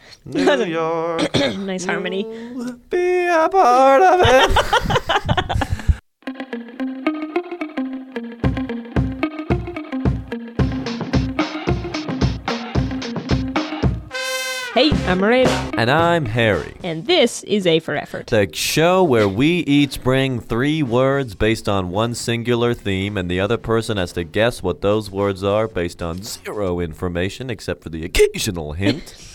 New York, nice harmony. be a part of it. Hey, I'm Miranda, and I'm Harry. and this is A for Effort. The show where we each bring three words based on one singular theme, and the other person has to guess what those words are based on zero information except for the occasional hint.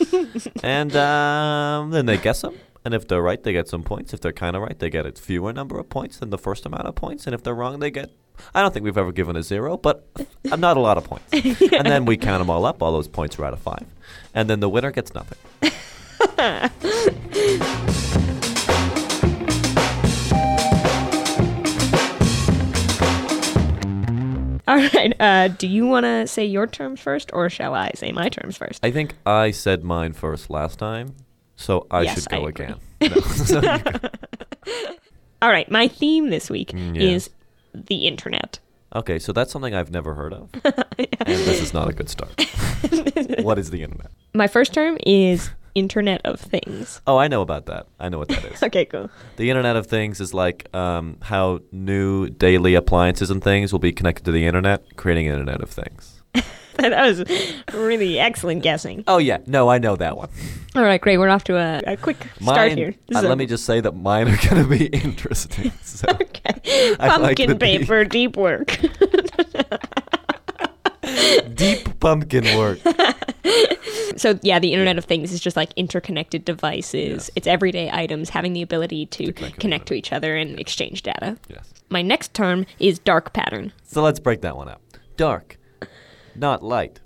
and um, then they guess them. And if they're right, they get some points. If they're kind of right, they get a fewer number of points than the first amount of points. And if they're wrong, they get. I don't think we've ever given a zero, but uh, not a lot of points. And then we count them all up. All those points are out of five. And then the winner gets nothing. All right, uh, do you want to say your terms first, or shall I say my terms first? I think I said mine first last time, so I Yes, should go I agree. again. No. So you go. All right, my theme this week Mm, yeah. is the internet. okay, so that's something I've never heard of, and this is not a good start. what is the internet? My first term is Internet of Things. Oh, I know about that. I know what that is. Okay, cool. The Internet of Things is like um, how new daily appliances and things will be connected to the internet, creating an Internet of Things. that was really excellent guessing. Oh yeah, no, I know that one. All right, great. We're off to a, a quick start Mine- here. uh, So- let me just say that mine are going to be interesting. So. Okay. I like Pumpkin the deep- paper, deep work. Deep pumpkin work. So yeah, the Internet of Things is just like interconnected devices. Yes. It's everyday items having the ability to connect connect, with to each other and exchange data. Yes. My next term is dark pattern. So let's break that one up. Dark, not light.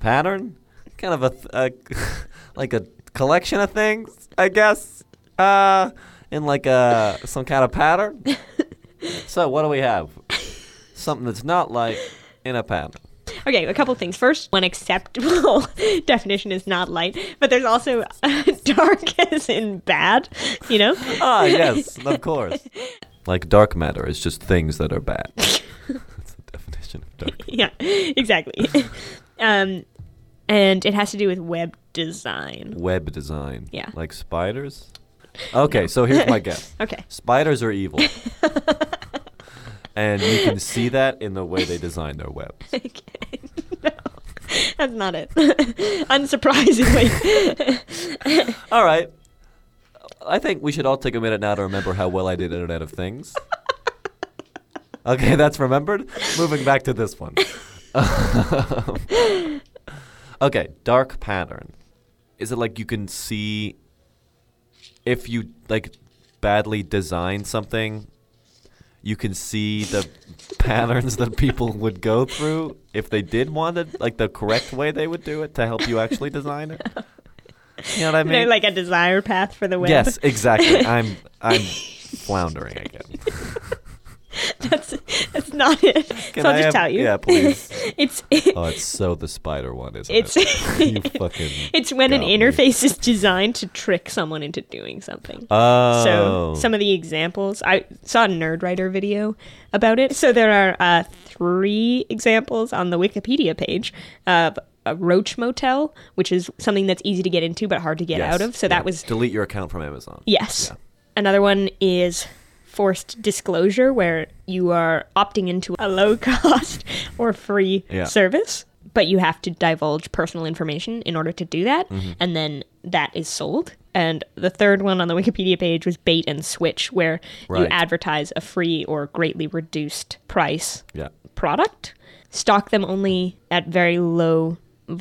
Pattern, kind of a, th- a like a collection of things, I guess, uh, in like a some kind of pattern. so what do we have? Something that's not light in a pattern. Okay, a couple things. First, one acceptable definition is not light, but there's also uh, dark as in bad. You know, Ah, yes, of course. Like dark matter is just things that are bad. that's the definition of dark. yeah, exactly. um, and it has to do with web design. Web design. Yeah. Like spiders. Okay, so here's my guess. Okay. Spiders are evil. and you can see that in the way they design their webs. Okay. No, that's not it. Unsurprisingly. All right. I think we should all take a minute now to remember how well I did Internet of Things. Okay, that's remembered. Moving back to this one. okay, dark pattern. Is it like you can see if you like badly design something, you can see the patterns that people would go through if they did want it, like the correct way they would do it to help you actually design it. You know what I You mean? know, like a desire path for the web. Yes, exactly. I'm I'm floundering again. that's that's not it. so I'll I just have- tell you. yeah, please. it's Oh, it's so the spider one, isn't it's it? you fucking. it's when an got me. interface is designed to trick someone into doing something. Oh. So some of the examples I saw a Nerdwriter video about it. So there are uh, three examples on the Wikipedia page of a roach motel, which is something that's easy to get into but hard to get Yes, out of. So yeah. that was delete your account from Amazon. Yes. Yeah. Another one is forced disclosure, where you are opting into a low cost or free Yeah. service, but you have to divulge personal information in order to do that. Mm-hmm. And then that is sold. And the third one on the Wikipedia page was bait and switch, where you Right. advertise a free or greatly reduced price Yeah. product, stock them only at very low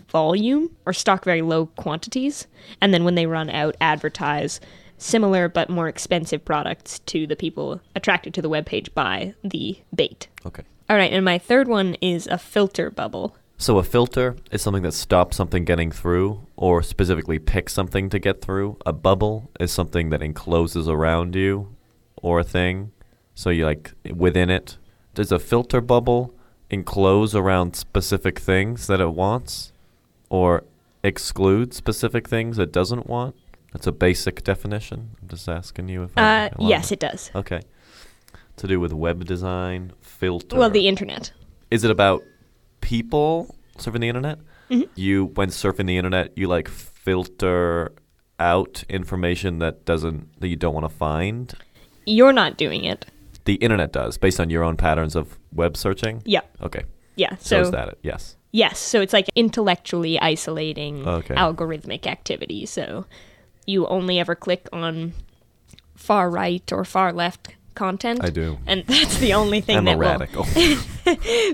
volume or stock very low quantities, and then when they run out, advertise similar but more expensive products to the people attracted to the webpage by the bait. Okay. All right, and my third one is a filter bubble. So a filter is something that stops something getting through, or specifically picks something to get through. A bubble is something that encloses around you, or a thing. So you like within it. Does a filter bubble enclose around specific things that it wants, or exclude specific things it doesn't want? That's a basic definition. I'm just asking you if. Oh, I Uh, along yes, that. it does. Okay. To do with web design, filter. Well, the internet. Is it Mm-hmm. about people surfing the internet? You, when surfing the internet, you like f- filter out information that doesn't that you don't want to find. You're not doing it. The internet does, based on your own patterns of web searching. Yeah. Okay. Yeah. So So is that it? Yes. yes, so it's like intellectually isolating Okay. algorithmic activity. So you only ever click on far right or far left content. I do. And that's the only thing I'm Oh, that a will- radical.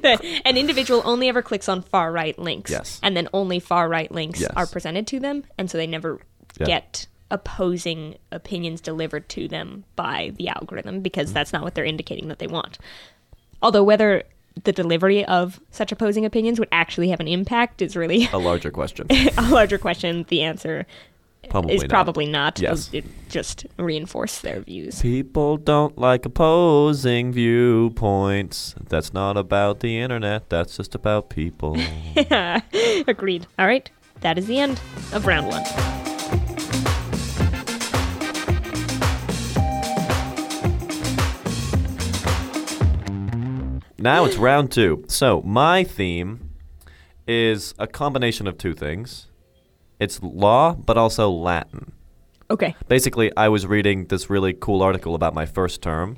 that an individual only ever clicks on far right links. Yes. And then only far right links Yes. are presented to them. And so they never Yeah. get opposing opinions delivered to them by the algorithm Mm-hmm. because that's not what they're indicating that they want. Although, whether the delivery of such opposing opinions would actually have an impact is really a larger question. a larger question. The answer Probably is not. probably not. Yes. It just reinforced their views. People don't like opposing viewpoints. That's not about the internet. That's just about people. Agreed. All right. That is the end of round one. now it's round two. So my theme is a combination of two things. It's law, but also Latin. Okay. basically i was reading this really cool article about my first term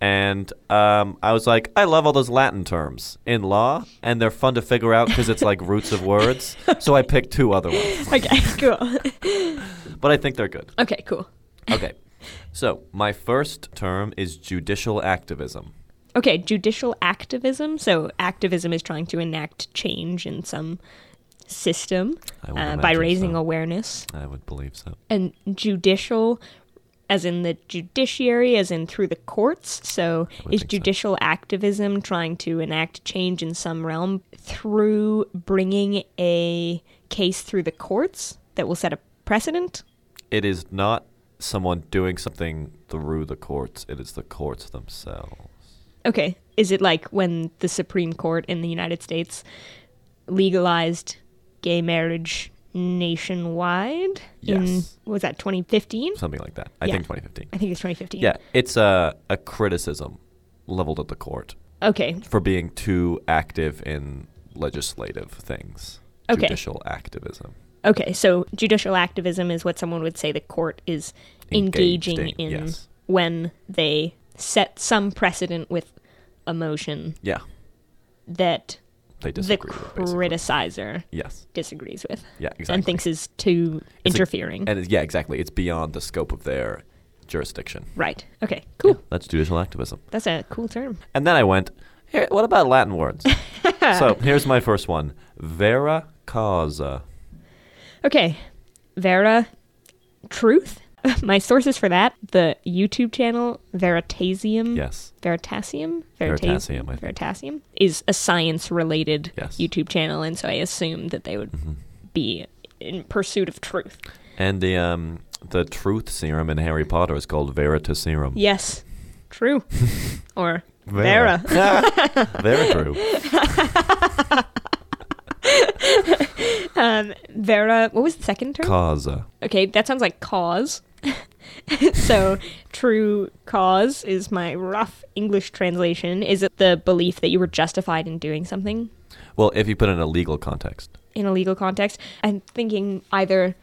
and um, i was like i love all those latin terms in law and they're fun to figure out because it's like roots of words so i picked two other ones Okay, cool. but i think they're good Okay, cool. okay so my first term is judicial activism Okay, judicial activism. So activism is trying to enact change in some system I would uh, by imagine raising so. awareness. i would believe so And judicial, as in the judiciary, as in through the courts. So would is think so. judicial activism trying to enact change in some realm through bringing a case through the courts that will set a precedent? it is not someone doing something through the courts it is the courts themselves Okay. Is it like when the Supreme Court in the United States legalized gay marriage nationwide? Yes. In, was that 2015? something like that i Yeah. think 2015 I think it's 2015. yeah it's a, a criticism leveled at the court Okay. for being too active in legislative things. Okay. Judicial activism. Okay. So judicial activism is what someone would say the court is Engaged engaging in, in yes. when they set some precedent with a motion Yeah. that They disagree. the with, basically. criticizer Yes. disagrees with Yeah, and exactly. thinks is too It's a- interfering. And it- yeah, exactly. It's beyond the scope of their jurisdiction. right. Okay. Cool. That's judicial activism. That's a cool term. And then I went, Here, what about Latin words? so here's my first one Vera causa. Okay. Vera Truth. My sources for that, the YouTube channel Veritasium. Yes. Veritasium? Veritasium, I think. Veritasium is a science related Yes. Mm-hmm. YouTube channel, and so I assume that they would be in pursuit of truth. And the, um, the truth serum in Harry Potter is called Veritaserum. Yes. True. or Vera. Vera. Very true. um, Vera what was the second term? Causa. Okay, that sounds like cause. so, true cause is my rough English translation. Is it the belief that you were justified in doing something Well, if you put it in a legal context. in a legal context? I'm thinking either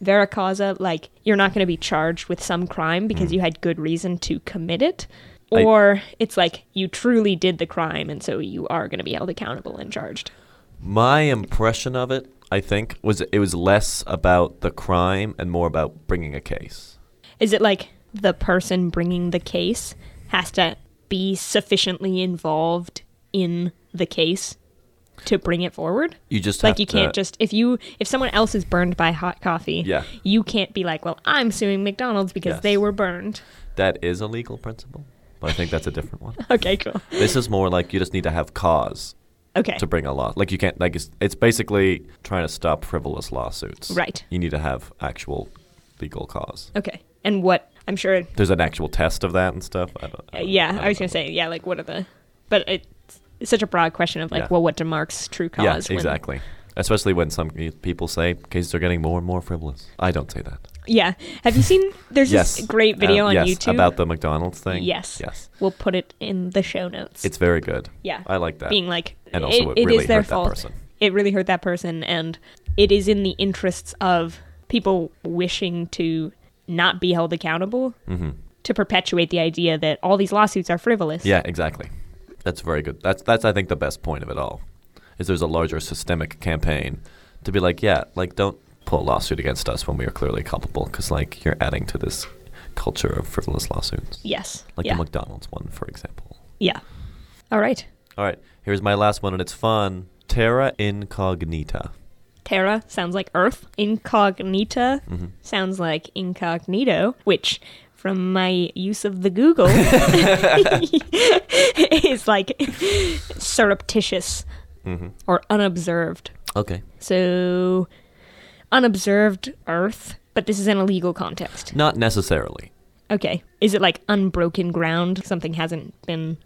vera causa, like you're not going to be charged with some crime because you had good reason to commit it, I- or it's like you truly did the crime and so you are going to be held accountable and charged. My impression of it, I think, was it was less about the crime and more about bringing a case. Is it like the person bringing the case has to be sufficiently involved in the case to bring it forward? You just have Like you to- can't just if you if someone else is burned by hot coffee, Yeah. you can't be like, well, I'm suing McDonald's because Yes. they were burned. That is a legal principle, but I think that's a different one. Okay, cool. This is more like you just need to have cause Okay, to bring a law. Like you can't like it's, it's basically trying to stop frivolous lawsuits. Right. You need to have actual legal cause. okay. And what I'm sure, There's an actual test of that and stuff. I don't, I don't- yeah. I, don't was know. gonna say, yeah. Like, what are the? But it's, it's such a broad question of like, Yeah. well, what demarks true cause? Yeah, when- exactly. Especially when some e- people say cases are getting more and more frivolous. I don't say that. yeah. Have you seen? There's yes. this great video Um, on yes, YouTube about the McDonald's thing. Yes. Yes. We'll put it in the show notes. It's very good. yeah. I like that. being like And also it it really is their hurt that fault. person. It really hurt that person and it is in the interests of people wishing to not be held accountable Mm-hmm. to perpetuate the idea that all these lawsuits are frivolous. Yeah, exactly. That's very good. That's that's I think the best point of it all. Is there's a larger systemic campaign to be like, yeah, like don't pull a lawsuit against us when we are clearly culpable cuz like you're adding to this culture of frivolous lawsuits. Yes. Like yeah. the McDonald's one, for example. yeah. All right. All right, here's my last one and it's fun. Terra incognita. Terra sounds like Earth. Incognita sounds like incognito, which, from my use of the Google, is like surreptitious or unobserved. Okay. So, unobserved Earth, but this is in a legal context. Not necessarily. Okay. Is it like unbroken ground? Something hasn't been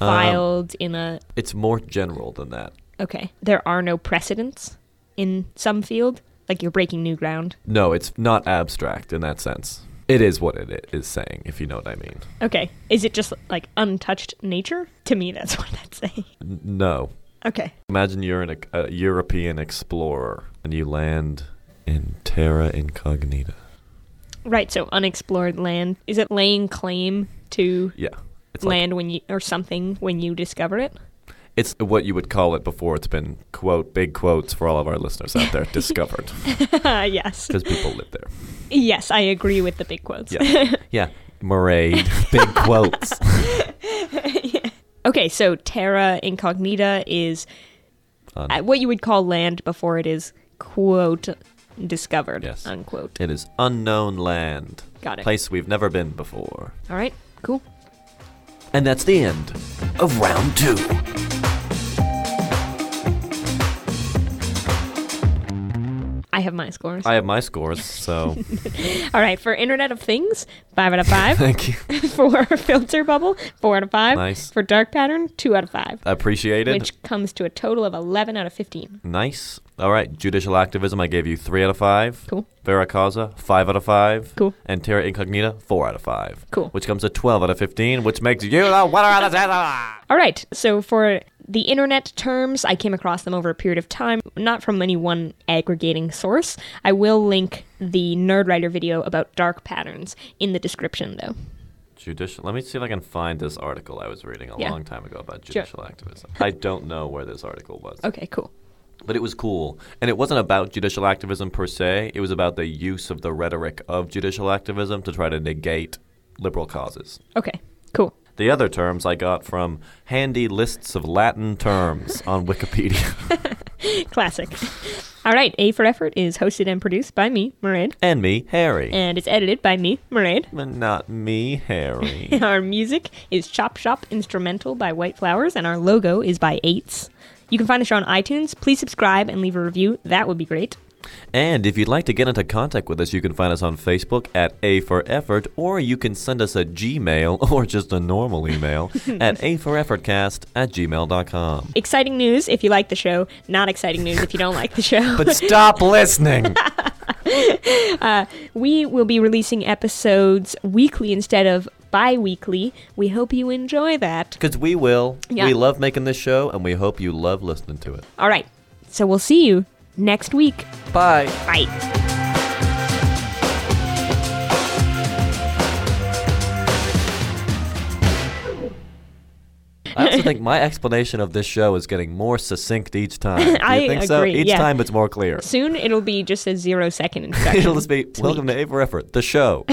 Um, filed in a. It's more general than that. Okay. There are no precedents in some field. Like you're breaking new ground. No, it's not abstract in that sense. It is what it i- is saying, if you know what I mean. Okay. Is it just like untouched nature? To me, that's what that's saying. N- no. Okay. Imagine you're an, ex- a European explorer and you land in terra incognita. Right. So unexplored land. Is it laying claim to Yeah. It's like- land when you or something when you discover it? it's what you would call it before it's been, quote, big quotes for all of our listeners out there, discovered. yes. Because people live there. Yes, I agree with the big quotes. Yeah. Yeah. Murray, big quotes. Okay. So terra incognita is Un- uh, what you would call land before it is quote discovered Yes. unquote. It is unknown land. Got it. Place we've never been before. All right. Cool. And that's the end of round two. I have my scores. I have my scores, so All right. For Internet of Things, five out of five. thank you. for filter bubble, four out of five. Nice. For dark pattern, two out of five, I appreciate it. which comes to a total of 11 out of 15. Nice. All right. Judicial activism, I gave you three out of five. Cool. Vera Causa, five out of five. Cool. And Terra Incognita, four out of five. Cool. Which comes to 12 out of 15, which makes you the winner of the season. All right, so for the internet terms, I came across them over a period of time, not from any one aggregating source. I will link the Nerdwriter video about dark patterns in the description, though. Judicial. Let me see if I can find this article I was reading a Yeah. long time ago about judicial activism. I don't know where this article was. Okay, cool. But it was cool. And it wasn't about judicial activism per se, it was about the use of the rhetoric of judicial activism to try to negate liberal causes. Okay, cool. The other terms I got from handy lists of Latin terms on Wikipedia. Classic. All right, A for Effort is hosted and produced by me, Maraid, and me, Harry. and it's edited by me, Maraid. But not me, Harry. Our music is Chop Shop Instrumental by White Flowers, and our logo is by Eights. You can find the show on iTunes. Please subscribe and leave a review. That would be great. and if you'd like to get into contact with us, you can find us on Facebook at A for Effort, or you can send us a Gmail or just a normal email at A for Effortcast at gmail.com. Exciting news if you like the show, not exciting news if you don't like the show. But stop listening! we will be releasing episodes weekly instead of bi weekly. We hope you enjoy that. Because we will. Yeah. We love making this show, and we hope you love listening to it. All right, so we'll see you next week. Bye. Bye. I also think my explanation of this show is getting more succinct each time. Do I you think so? agree, Each yeah. time it's more clear. Soon it'll be just a zero second introduction. It'll just be welcome to A for Effort, the show.